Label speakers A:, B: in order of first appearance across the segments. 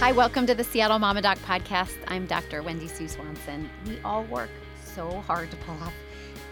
A: Hi, welcome to the Seattle Mama Doc podcast. I'm Dr. Wendy Sue Swanson. We all work so hard to pull off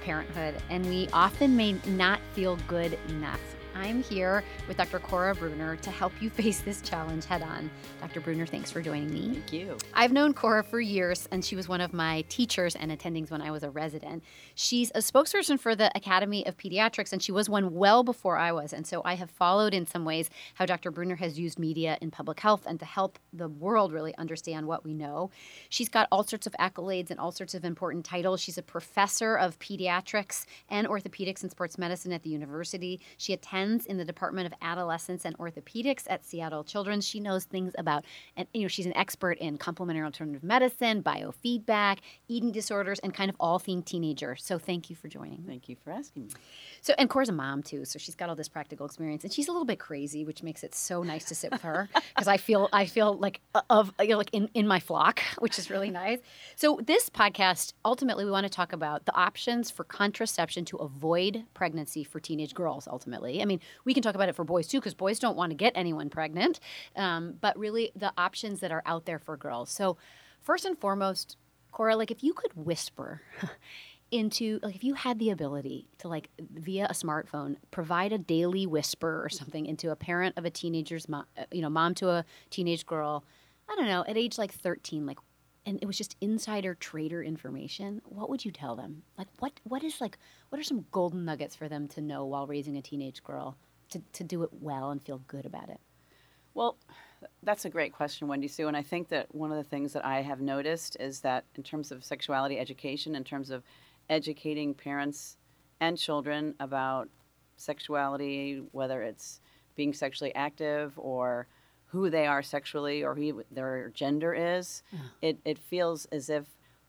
A: parenthood, and we often may not feel good enough. I'm here with Dr. Cora Bruner to help you face this challenge head on. Dr. Bruner, thanks for joining me.
B: Thank you.
A: I've known Cora for years, and she was one of my teachers and attendings when I was a resident. She's a spokesperson for the Academy of Pediatrics, and she was one well before I was. And so I have followed in some ways how Dr. Bruner has used media in public health and to help the world really understand what we know. She's got all sorts of accolades and all sorts of important titles. She's a professor of pediatrics and orthopedics and sports medicine at the university. She attends in the Department of Adolescence and Orthopedics at Seattle Children's. She knows things about, and you know, she's an expert in complementary alternative medicine, biofeedback, eating disorders, and kind of all things teenager. So thank you for joining.
B: Thank you for asking me.
A: So, and Cora's a mom too, so she's got all this practical experience, and she's a little bit crazy, which makes it so nice to sit with her because I feel I feel like uh, of you know, like in in my flock, which is really nice. So, this podcast ultimately we want to talk about the options for contraception to avoid pregnancy for teenage girls. Ultimately, I mean, we can talk about it for boys too because boys don't want to get anyone pregnant, um, but really the options that are out there for girls. So, first and foremost, Cora, like if you could whisper into like if you had the ability to like via a smartphone provide a daily whisper or something into a parent of a teenager's mom, you know, mom to a teenage girl, I don't know, at age like 13, like and it was just insider trader information, what would you tell them? Like what what is like what are some golden nuggets for them to know while raising a teenage girl to to do it well and feel good about it?
B: Well, that's a great question, Wendy Sue. And I think that one of the things that I have noticed is that in terms of sexuality education, in terms of educating parents and children about sexuality, whether it's being sexually active or who they are sexually or who their gender is, it, it feels as if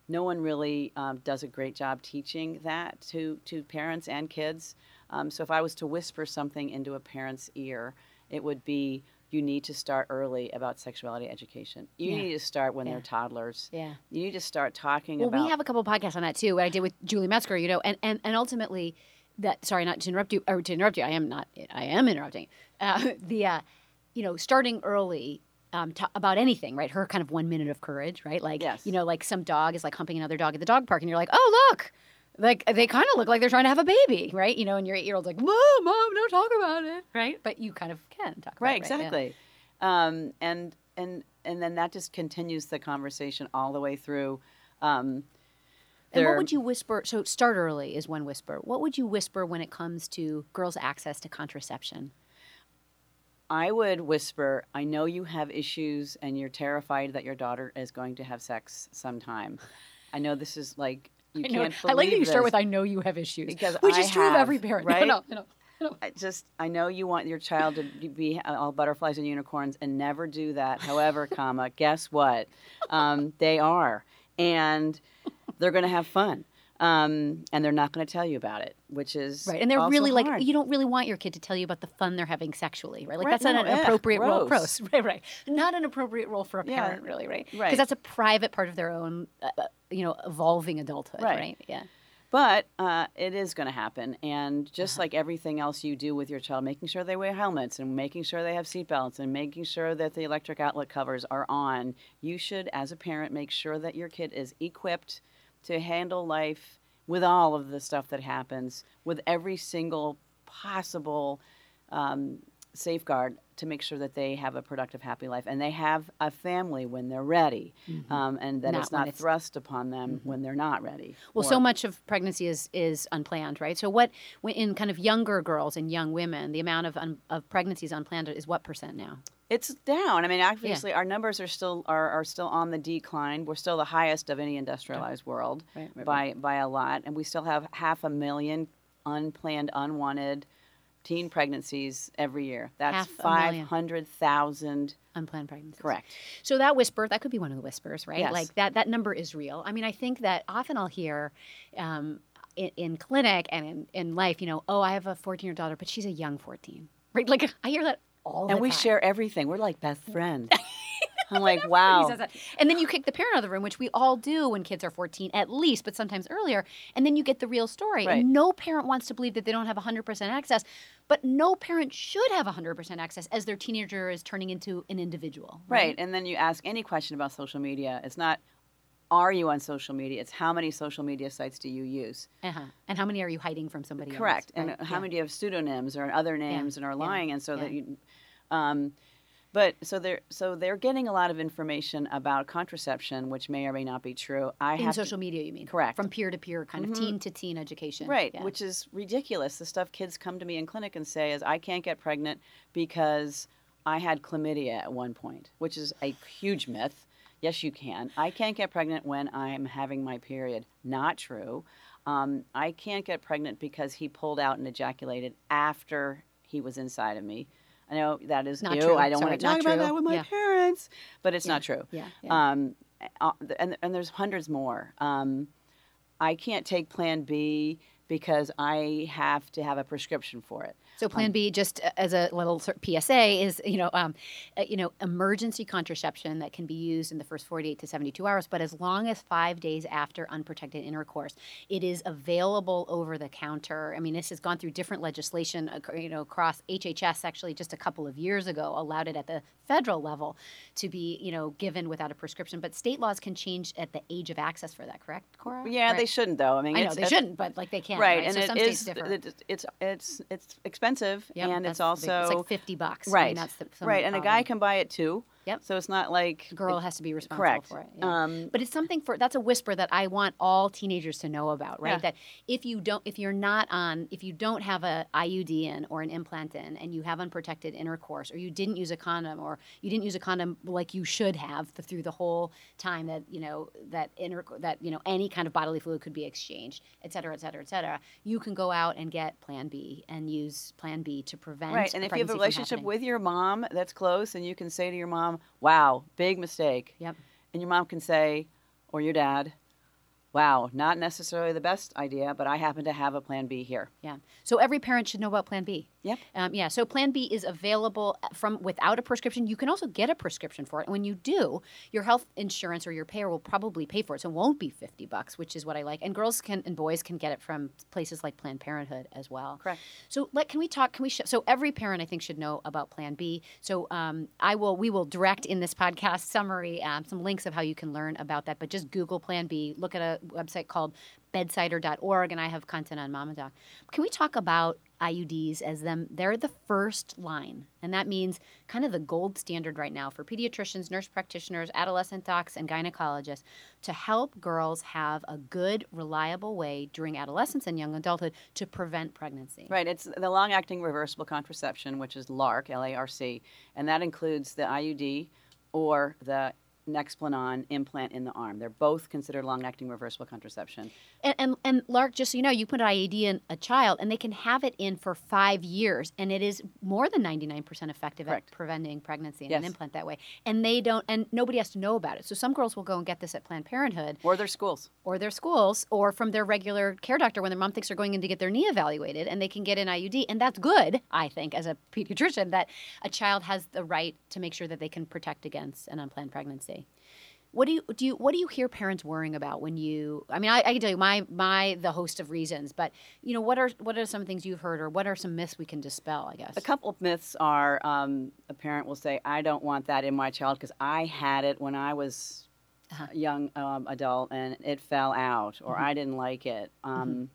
B: no one really um, does a great job teaching that to, to parents and kids. Um, so if I was to whisper something into a parent's ear, it would be you need to start early about sexuality education. You
A: Yeah.
B: need to start when
A: Yeah.
B: they're toddlers.
A: Yeah.
B: You need to start talking
A: Well,
B: about
A: we have a couple of podcasts on that too. What I did with Julie Metzger, you know, and and and ultimately, that sorry not to interrupt you or to interrupt you. I am not. I am interrupting. Uh, the uh, you know starting early. Um, to, about anything, right? Her kind of one minute of courage, right? Like,
B: Yes.
A: you know, like some dog is like humping another dog at the dog park, and you're like, oh, look, like they kind of look like they're trying to have a baby, right? You know, and your eight year old's like, mom, mom, don't talk about it, right? But you kind of can talk about
B: right
A: it. Yeah.
B: exactly um, and and and then that just continues the conversation all the way through
A: And
B: um,
A: what
B: their-
A: would you whisper? So start early is one whisper. What would you whisper when it comes to girls' access to contraception?
B: i would whisper i know you have issues and you're terrified that your daughter is going to have sex sometime i know this is like you
A: I, know,
B: can't
A: I like that
B: believe
A: you start
B: this.
A: with "I know you have issues,"
B: Because
A: which
B: I
A: is true of
B: have,
A: every parent.
B: right?
A: No, no, no, no.
B: I just I know you want your child to be all butterflies and unicorns and never do that. However, comma, guess what? Um, they are, and they're going to have fun, um, and they're not going to tell you about it, which is
A: Right, and they're
B: also
A: really like
B: hard.
A: you don't really want your kid to tell you about the fun they're having sexually, right? Like
B: Right,
A: that's not
B: no,
A: an
B: ugh,
A: appropriate role.
B: gross.
A: Gross, right, right. Not an appropriate role for a
B: Yeah,
A: parent, really, right?
B: right.
A: Because that's a private part of their own, uh, uh, you know, evolving adulthood, right?
B: Right.
A: Yeah.
B: But uh, it is going to happen, and
A: Uh-huh.
B: just like everything else you do with your child, making sure they wear helmets and making sure they have seatbelts and making sure that the electric outlet covers are on, you should, as a parent, make sure that your kid is equipped to handle life with all of the stuff that happens, with every single possible um, safeguard to make sure that they have a productive, happy life and they have a family when they're ready, um, and
A: Mm-hmm. Not when
B: that it's not
A: it's- Mm-hmm.
B: thrust upon them when they're not ready.
A: Well,
B: or-
A: so much of pregnancy is is unplanned, right? So what when- in kind of younger girls and young women, the amount of un, of pregnancies unplanned is what percent now?
B: It's down. I mean, obviously, our numbers are still are, are still on the decline. We're still the highest of any industrialized world
A: Right, right,
B: by by a lot, and we still have half a million unplanned, unwanted teen pregnancies every year. That's
A: Half a
B: five
A: million.
B: hundred thousand.
A: Unplanned pregnancies.
B: Correct.
A: So that whisper, that could be one of the whispers, right?
B: Yes.
A: Like that that number is real. I mean, I think that often I'll hear um, in, in clinic and in, in life, you know, oh, I have a 14 year old daughter, but she's a young 14, right? Like I hear that all the
B: And we
A: time.
B: share everything. We're like best friends. I'm like,
A: He
B: wow.
A: says that. And then you kick the parent out of the room, which we all do when kids are 14 at least, but sometimes earlier. And then you get the real story.
B: Right.
A: And no parent wants to believe that they don't have 100% access, but no parent should have 100% access as their teenager is turning into an individual.
B: Right. And then you ask any question about social media. It's not, are you on social media? It's how many social media sites do you use?
A: Uh-huh. And how many are you hiding from somebody else,
B: Correct. And uh,
A: right?
B: how
A: Yeah.
B: many do you have pseudonyms or other names and are
A: yeah,
B: lying? And so that
A: yeah.
B: you, um, but so they're so they're getting a lot of information about contraception, which may or may not be true. I
A: in
B: have
A: social media, you mean?
B: Correct.
A: From peer to peer, kind of teen to teen education.
B: to, right,
A: Yeah.
B: which is ridiculous. The stuff kids come to me in clinic and say is, I can't get pregnant because I had chlamydia at one point, which is a huge myth. Yes, you can. I can't get pregnant when I'm having my period. Not true. Um, I can't get pregnant because he pulled out and ejaculated after he was inside of me. I know that is
A: Not
B: ew,
A: true.
B: I don't
A: Sorry,
B: want to
A: not
B: talk about
A: true.
B: that with my
A: Yeah.
B: parents, but it's
A: Yeah.
B: not true.
A: Yeah, yeah.
B: Um, uh, and, and there's hundreds more. Um, I can't take Plan B because I have to have a prescription for it.
A: So Plan B, just a- as a little sort of PSA, is you know, um, uh, you know, emergency contraception that can be used in the first 48 to 72 hours, but as long as five days after unprotected intercourse, it is available over the counter. I mean, this has gone through different legislation, ac- you know, across HHS actually just a couple of years ago allowed it at the federal level to be you know given without a prescription, but state laws can change at the age of access for that. Correct, Cora?
B: Yeah,
A: Right.
B: they shouldn't though. I mean,
A: I know
B: it's,
A: they
B: it's-
A: shouldn't, but like they can.
B: Right,
A: Right,
B: and
A: so
B: it
A: some states
B: is-
A: differ.
B: it- it's it's it's expensive,
A: Yep,
B: and it's
A: that's the big-
B: also
A: it's like 50 bucks. I mean,
B: right,
A: that's the- some of
B: right,
A: the
B: and a
A: problem.
B: guy can buy it too.
A: Yep.
B: So it's not like
A: The girl has to be responsible
B: correct.
A: for it. yeah.
B: Um,
A: but it's something for that's a whisper that I want all teenagers to know about, right?
B: Yeah.
A: That if you don't, if you're not on, if you don't have a IUD in or an implant in, and you have unprotected intercourse, or you didn't use a condom, or you didn't use a condom like you should have th- through the whole time that you know that inter that you know any kind of bodily fluid could be exchanged, et cetera, et cetera, et cetera, you can go out and get Plan B and use Plan B to prevent
B: Right, and if you
A: pregnancy
B: have a
A: from
B: relationship
A: happening.
B: with your mom that's close, and you can say to your mom, "Wow, big mistake,"
A: Yep.
B: and your mom can say, or your dad, "Wow, not necessarily the best idea, but I happen to have a plan B here."
A: Yeah. So every parent should know about Plan B.
B: Yep.
A: Um, yeah. So Plan B is available uh, from without a prescription. You can also get a prescription for it, and when you do, your health insurance or your payer will probably pay for it, so it won't be fifty bucks, which is what I like. And girls can and boys can get it from places like Planned Parenthood as well.
B: Correct.
A: So like, can we talk? Can we? Sh- so every parent I think should know about Plan B. So um, I will. We will direct in this podcast summary um, some links of how you can learn about that. But just Google Plan B. Look at a website called bedsider.org, and I have content on Mama Doc. Can we talk about IUDs as them? They're the first line, and that means kind of the gold standard right now for pediatricians, nurse practitioners, adolescent docs, and gynecologists to help girls have a good, reliable way during adolescence and young adulthood to prevent pregnancy.
B: Right, it's the long acting reversible contraception, which is LARC, L A R C, and that includes the IUD or the Nexplanon implant in the arm. They're both considered long acting reversible contraception.
A: And, and and Lark, just so you know, you put an IED in a child, and they can have it in for five years, and it is more than ninety nine percent effective
B: Correct.
A: at preventing pregnancy and an
B: Yes.
A: implant that way. And they don't, and nobody has to know about it. So some girls will go and get this at Planned Parenthood
B: Or their schools.
A: or their schools or from their regular care doctor when their mom thinks they're going in to get their knee evaluated, and they can get an IUD, and that's good, I think, as a pediatrician, that a child has the right to make sure that they can protect against an unplanned pregnancy. What do you do? You, what do you hear parents worrying about when you? I mean, I, I can tell you my my the host of reasons, but you know, what are what are some things you've heard, or what are some myths we can dispel? I guess.
B: A couple of myths are um, a parent will say, I don't want that in my child because I had it when I was
A: Uh-huh.
B: a young um, adult and it fell out, or I didn't like it. Um,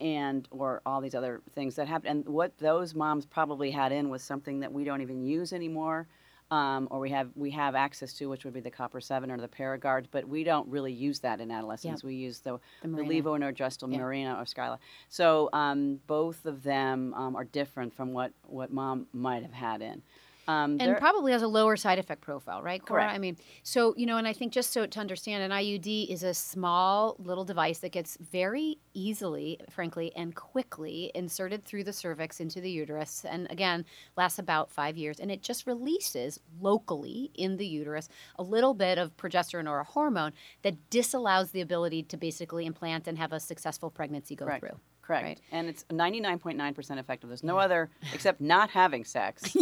B: And or all these other things that happened, and what those moms probably had in was something that we don't even use anymore, um, or we have we have access to, which would be the copper seven or the Paragard, but we don't really use that in adolescence. We use the
A: The
B: the,
A: Mirena.
B: Levo Nordrestal,
A: Yeah.
B: Marina, or Skyla. So um, both of them um, are different from what, what mom might have had in. Um,
A: and
B: there-
A: probably has a lower side effect profile, right? Cora?
B: Correct.
A: I mean, so you know, and I think just so to understand, an IUD is a small little device that gets very easily, frankly, and quickly inserted through the cervix into the uterus, and again, lasts about five years, and it just releases locally in the uterus a little bit of progesterone or a hormone that disallows the ability to basically implant and have a successful pregnancy go
B: Correct.
A: through.
B: Correct.
A: Right.
B: And it's 99.9% effective. There's no other, except not having sex.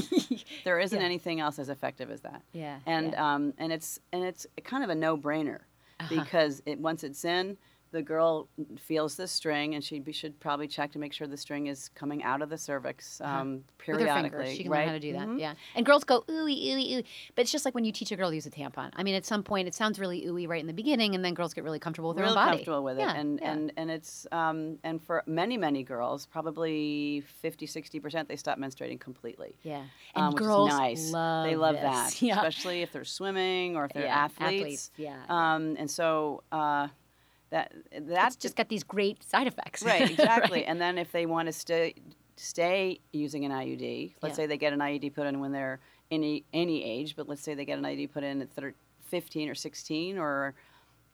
B: there isn't
A: Yeah.
B: anything else as effective as that.
A: Yeah, Uh-huh.
B: And um, and it's and it's kind of a no-brainer because it once it's in, the girl feels the string, and she be, should probably check to make sure the string is coming out of the cervix um,
A: Uh-huh. With her
B: periodically.
A: fingers, she can
B: right? Mm-hmm.
A: learn how to do that. Yeah, and girls go ooey ooey ooey, but it's just like when you teach a girl to use a tampon. I mean, at some point, it sounds really ooey right in the beginning, and then girls get really comfortable with their
B: real
A: own body.
B: comfortable with it
A: Yeah,
B: and,
A: yeah.
B: and and it's um, and for many many girls probably 50 60% they stop menstruating completely
A: yeah, and
B: um, which is
A: girls
B: nice.
A: love
B: they love
A: this.
B: that
A: Yeah,
B: especially if they're swimming or if they're
A: Yeah,
B: athletes,
A: yeah,
B: um, and so uh, that that's
A: it's just got these great side effects.
B: right exactly and then if they want to stay stay using an IUD let's
A: Yeah.
B: say they get an IUD put in when they're any any age but let's say they get an IUD put in at thir- 15 or 16 or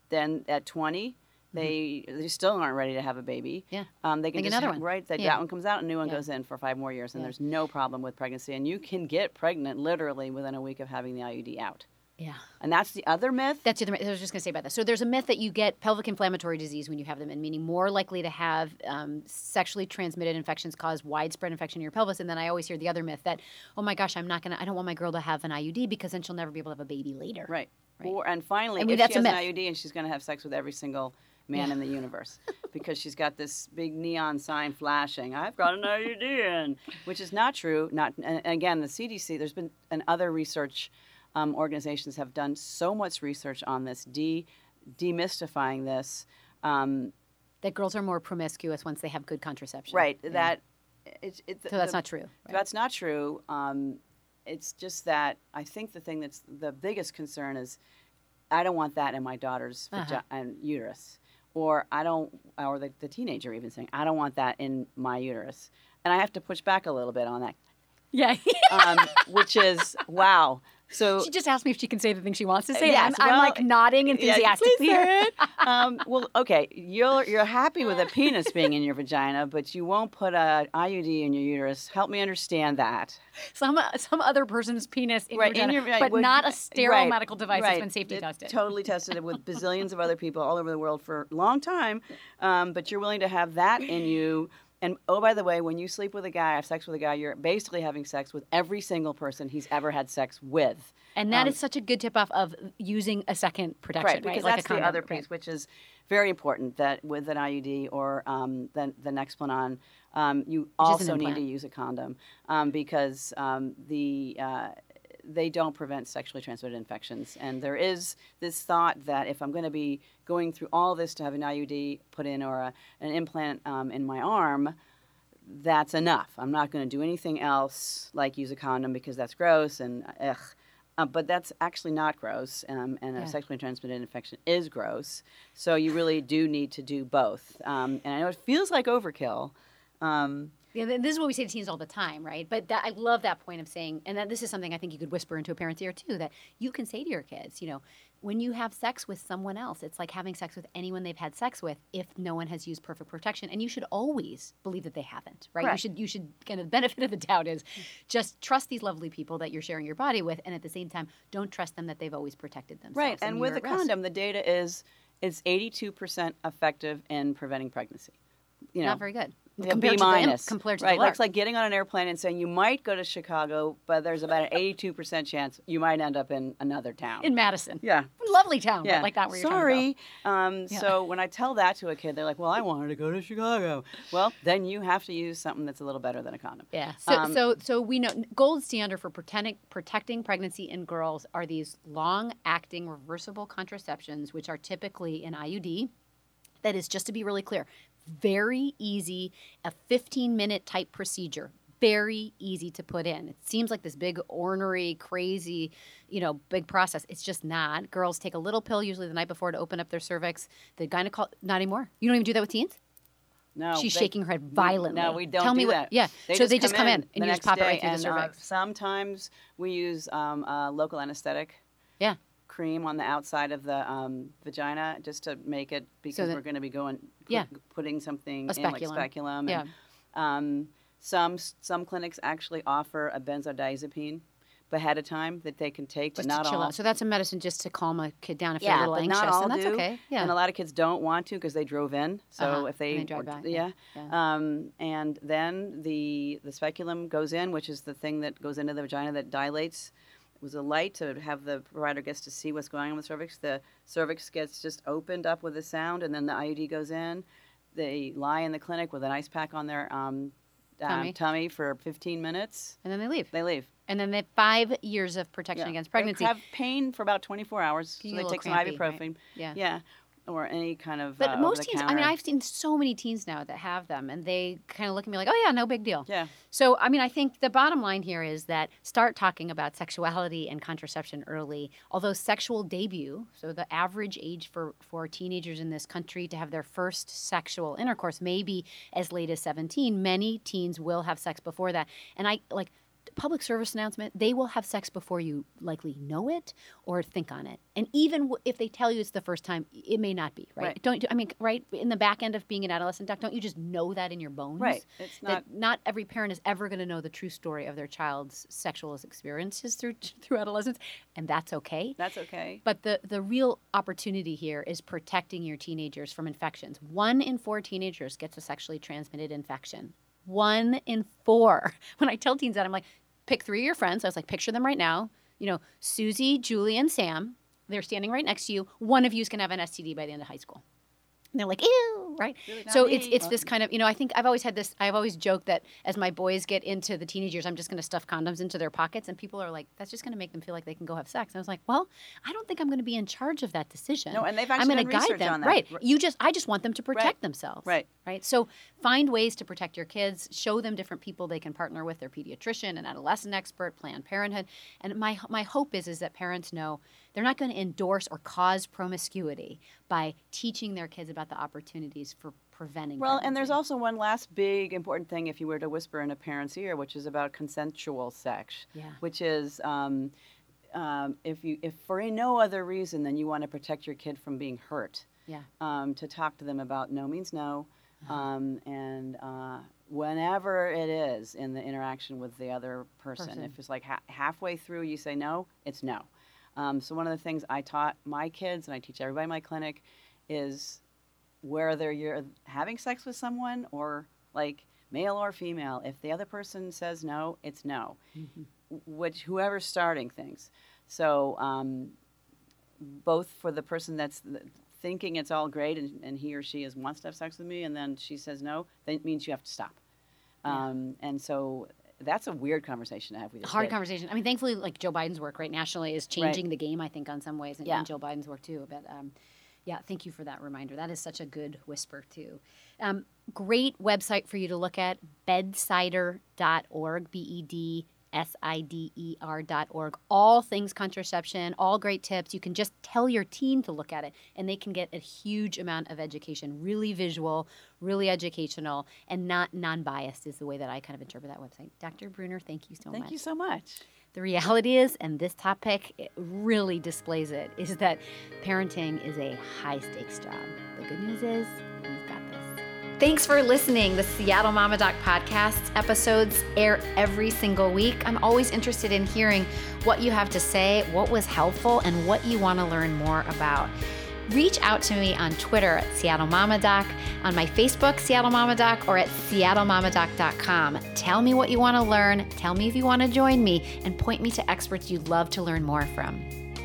B: then at 20 they they still aren't ready to have a baby
A: Mm-hmm. Yeah.
B: um, they can
A: Make
B: just
A: another
B: ha-
A: one.
B: right that,
A: Yeah.
B: that one comes out and a new one
A: Yeah.
B: goes in for five more years and
A: Yeah.
B: there's no problem with pregnancy and you can get pregnant literally within a week of having the IUD out
A: yeah.
B: and that's the other myth
A: That's the other myth. I was just going to say about that. So there's a myth that you get pelvic inflammatory disease when you have them, and meaning more likely to have um, sexually transmitted infections cause widespread infection in your pelvis. And then I always hear the other myth that, oh my gosh, I'm not gonna, I don't want my girl to have an IUD because then she'll never be able to have a baby later.
B: Right.
A: Right.
B: Or, and finally,
A: I mean,
B: if
A: that's
B: she
A: a
B: has an
A: myth.
B: IUD and she's going to have sex with every single man
A: Yeah.
B: in the universe because she's got this big neon sign flashing, I've got an IUD in, which is not true. Not and and again, the CDC, there's been, and other research um, organizations have done so much research on this, de- demystifying this. Um,
A: That girls are more promiscuous once they have good contraception.
B: right.
A: Yeah.
B: That it's it's
A: so that's
B: the-
A: not true. right?
B: That's not true. Um, it's just that I think the thing that's the biggest concern is I don't want that in my daughter's
A: Uh-huh.
B: vagi- and uterus, or I don't, or the, the teenager even saying I don't want that in my uterus, and I have to push back a little bit on that,
A: Yeah.
B: um, which is wow. So
A: she just asked me if she can say the thing she wants to say.
B: Uh, Yes,
A: I'm, I'm
B: well,
A: like nodding
B: Yeah,
A: enthusiastically.
B: please say it. um, well, okay, you're you're happy with a penis being in your vagina, but you won't put a IUD in your uterus. Help me understand that.
A: some some other person's penis in your vagina,
B: right,
A: but
B: would-
A: not a sterile
B: right,
A: medical device that's
B: right.
A: been safety
B: It-
A: tested.
B: Totally tested it with bazillions of other people all over the world for a long time. Um, but you're willing to have that in you. And oh, by the way, when you sleep with a guy, have sex with a guy, you're basically having sex with every single person he's ever had sex with.
A: And that
B: Um,
A: is such a good tip off of using a second protection, right?
B: Right, because
A: Like
B: that's
A: a condom,
B: the other
A: right.
B: piece, which is very important. That with an IUD or um, the the Nexplanon, um, you also need to
A: implant.
B: use a condom um, because um, the uh, they don't prevent sexually transmitted infections. And there is this thought that if I'm going to be going through all this to have an IUD put in or a, an implant um, in my arm, that's enough. I'm not going to do anything else, like use a condom because that's gross and ugh. Uh, but that's actually not gross, um, and
A: Yeah.
B: a sexually transmitted infection is gross. So you really do need to do both. Um, and I know it feels like overkill. Um,
A: Yeah, th- this is what we say to teens all the time, right? But that, I love that point of saying, and that this is something I think you could whisper into a parent's ear too, that you can say to your kids, you know, when you have sex with someone else, it's like having sex with anyone they've had sex with if no one has used perfect protection. And you should always believe that they haven't, right? You
B: Correct.
A: should you should kind of the benefit of the doubt is just trust these lovely people that you're sharing your body with and at the same time don't trust them that they've always protected themselves.
B: right. And with
A: you're
B: a
A: at risk.
B: condom, the data is it's 82% effective in preventing pregnancy. You know,
A: not very good.
B: Yeah,
A: compared
B: B
A: to the-
B: minus.
A: compared to
B: right,
A: the
B: that's
A: lark.
B: like getting on an airplane and saying you might go to Chicago, but there's about an 82 percent chance you might end up in another town.
A: in Madison.
B: yeah,
A: Lovely town, but
B: yeah.
A: like that where you're trying to
B: Sorry. Um, So when I tell that to a kid, they're like, "Well, I wanted to go to Chicago." Well, then you have to use something that's a little better than a condom.
A: go. Yeah. So,
B: Um,
A: so, so we know gold standard for protecting protecting pregnancy in girls are these long-acting reversible contraceptions, which are typically an IUD. That is just to be really clear, very easy, a 15-minute type procedure. Very easy to put in. It seems like this big, ornery, crazy, you know, big process. It's just not. Girls take a little pill usually the night before to open up their cervix. The gynecologist, not anymore. You don't even do that with teens?
B: No,
A: She's
B: they-
A: shaking her head
B: we-
A: violently.
B: No, we don't
A: Tell
B: do
A: me what-
B: that.
A: yeah, so they just come in and
B: the
A: you just
B: next
A: pop it right
B: day,
A: through the
B: and, uh,
A: cervix.
B: sometimes we use um, uh, local anesthetic.
A: Yeah.
B: cream on the outside of the um, vagina just to make it because
A: that-
B: we're going to be going put,
A: Yeah.
B: putting something
A: A
B: in like
A: speculum.
B: speculum
A: Yeah.
B: and um, some some clinics actually offer a benzodiazepine ahead of time that they can take, but
A: Just
B: not
A: to chill
B: all.
A: out. So that's a medicine just to calm a kid down if
B: yeah,
A: they're a little
B: but
A: anxious,
B: not all
A: and that's
B: do.
A: okay. Yeah.
B: and a lot of kids don't want to because they drove in. So
A: Uh-huh,
B: if they,
A: and they drive
B: or-
A: back, yeah,
B: yeah.
A: yeah.
B: Um, and then the the speculum goes in, which is the thing that goes into the vagina that dilates. It was a light to have the provider gets to see what's going on with the cervix. The cervix gets just opened up with a sound, and then the IUD goes in. They lie in the clinic with an ice pack on their um, um,
A: Tummy.
B: tummy for 15 minutes.
A: and then they leave.
B: They leave.
A: And then they have five years of protection
B: Yeah.
A: against
B: They
A: pregnancy.
B: have pain for about 24 hours.
A: Can
B: So
A: get
B: they
A: a
B: take some
A: little crampy,
B: ibuprofen.
A: right? Yeah.
B: Yeah, or any kind of.
A: But
B: uh,
A: most teens, I mean,
B: over-the-counter.
A: I've seen so many teens now that have them, and they kind of look at me like, "Oh yeah, no big deal."
B: Yeah.
A: So, I mean, I think the bottom line here is that start talking about sexuality and contraception early. Although sexual debut, so the average age for, for teenagers in this country to have their first sexual intercourse may be as late as 17, many teens will have sex before that. And I like public service announcement, they will have sex before you likely know it or think on it. And even w- if they tell you it's the first time, it may not be, right?
B: Right.
A: Don't I mean, right? In the back end of being an adolescent, doc, don't you just know that in your bones?
B: Right. It's
A: that
B: not-
A: not every parent is ever going to know the true story of their child's sexual experiences through through adolescence, and that's okay.
B: That's okay.
A: But the, the real opportunity here is protecting your teenagers from infections. One in four teenagers gets a sexually transmitted infection. One in four. When I tell teens that, I'm like, pick three of your friends. I was like, picture them right now. You know, Susie, Julie, and Sam. They're standing right next to you. One of you is going to have an STD by the end of high school. And they're like, ew, right?
B: Really, not
A: so it's
B: me.
A: it's this kind of you know I think I've always had this I've always joked that as my boys get into the teenage years I'm just going to stuff condoms into their pockets and people are like that's just going to make them feel like they can go have sex and I was like well I don't think I'm going to be in charge of that decision
B: No, and they've
A: I'm
B: actually
A: gonna
B: done
A: guide
B: research
A: them
B: on that.
A: right
B: R-
A: you just I just want them to protect
B: Right.
A: themselves
B: Right.
A: right so find ways to protect your kids show them different people they can partner with their pediatrician an adolescent expert Planned Parenthood and my my hope is is that parents know they're not going to endorse or cause promiscuity by teaching their kids about the opportunities for preventing
B: Well, and there's
A: pregnancy.
B: also one last big important thing if you were to whisper in a parent's ear, which is about consensual sex,
A: Yeah.
B: which is um, um, if you if for no other reason than you want to protect your kid from being hurt,
A: Yeah.
B: um, to talk to them about no means no, um, and uh, whenever it is in the interaction with the other person,
A: Person.
B: if it's like ha- halfway through you say no, it's no. Um, so one of the things I taught my kids and I teach everybody in my clinic is whether you're having sex with someone or like male or female, if the other person says no, it's no.
A: Mm-hmm.
B: Which whoever's starting things. So um, both for the person that's th- thinking it's all great and, and he or she is wants to have sex with me and then she says no that means you have to stop um, and so that's a weird conversation to have with your
A: hard
B: kid.
A: conversation. I mean, thankfully, like Joe Biden's work right nationally is changing the game. I think on some ways, and,
B: Yeah.
A: and Joe Biden's work too. But um, yeah, thank you for that reminder. That is such a good whisper too. Um, great website for you to look at: bedsider.org. B e d s i d e r dot org. All things contraception. All great tips. You can just tell your teen to look at it, and they can get a huge amount of education. Really visual, really educational, and not non-biased is the way that I kind of interpret that website. Dr. Bruner, thank you so
B: thank
A: much
B: you so much
A: the reality is, and this topic it really displays it, is that parenting is a high stakes job. The good news is, we've got this. Thanks for listening. The Seattle Mama Doc podcast episodes air every single week. I'm always interested in hearing what you have to say, what was helpful, and what you want to learn more about. Reach out to me on Twitter at Seattle Mama Doc, on my Facebook, Seattle Mama Doc, or at seattlemamadoc.com. Tell me what you want to learn, tell me if you want to join me, and point me to experts you'd love to learn more from.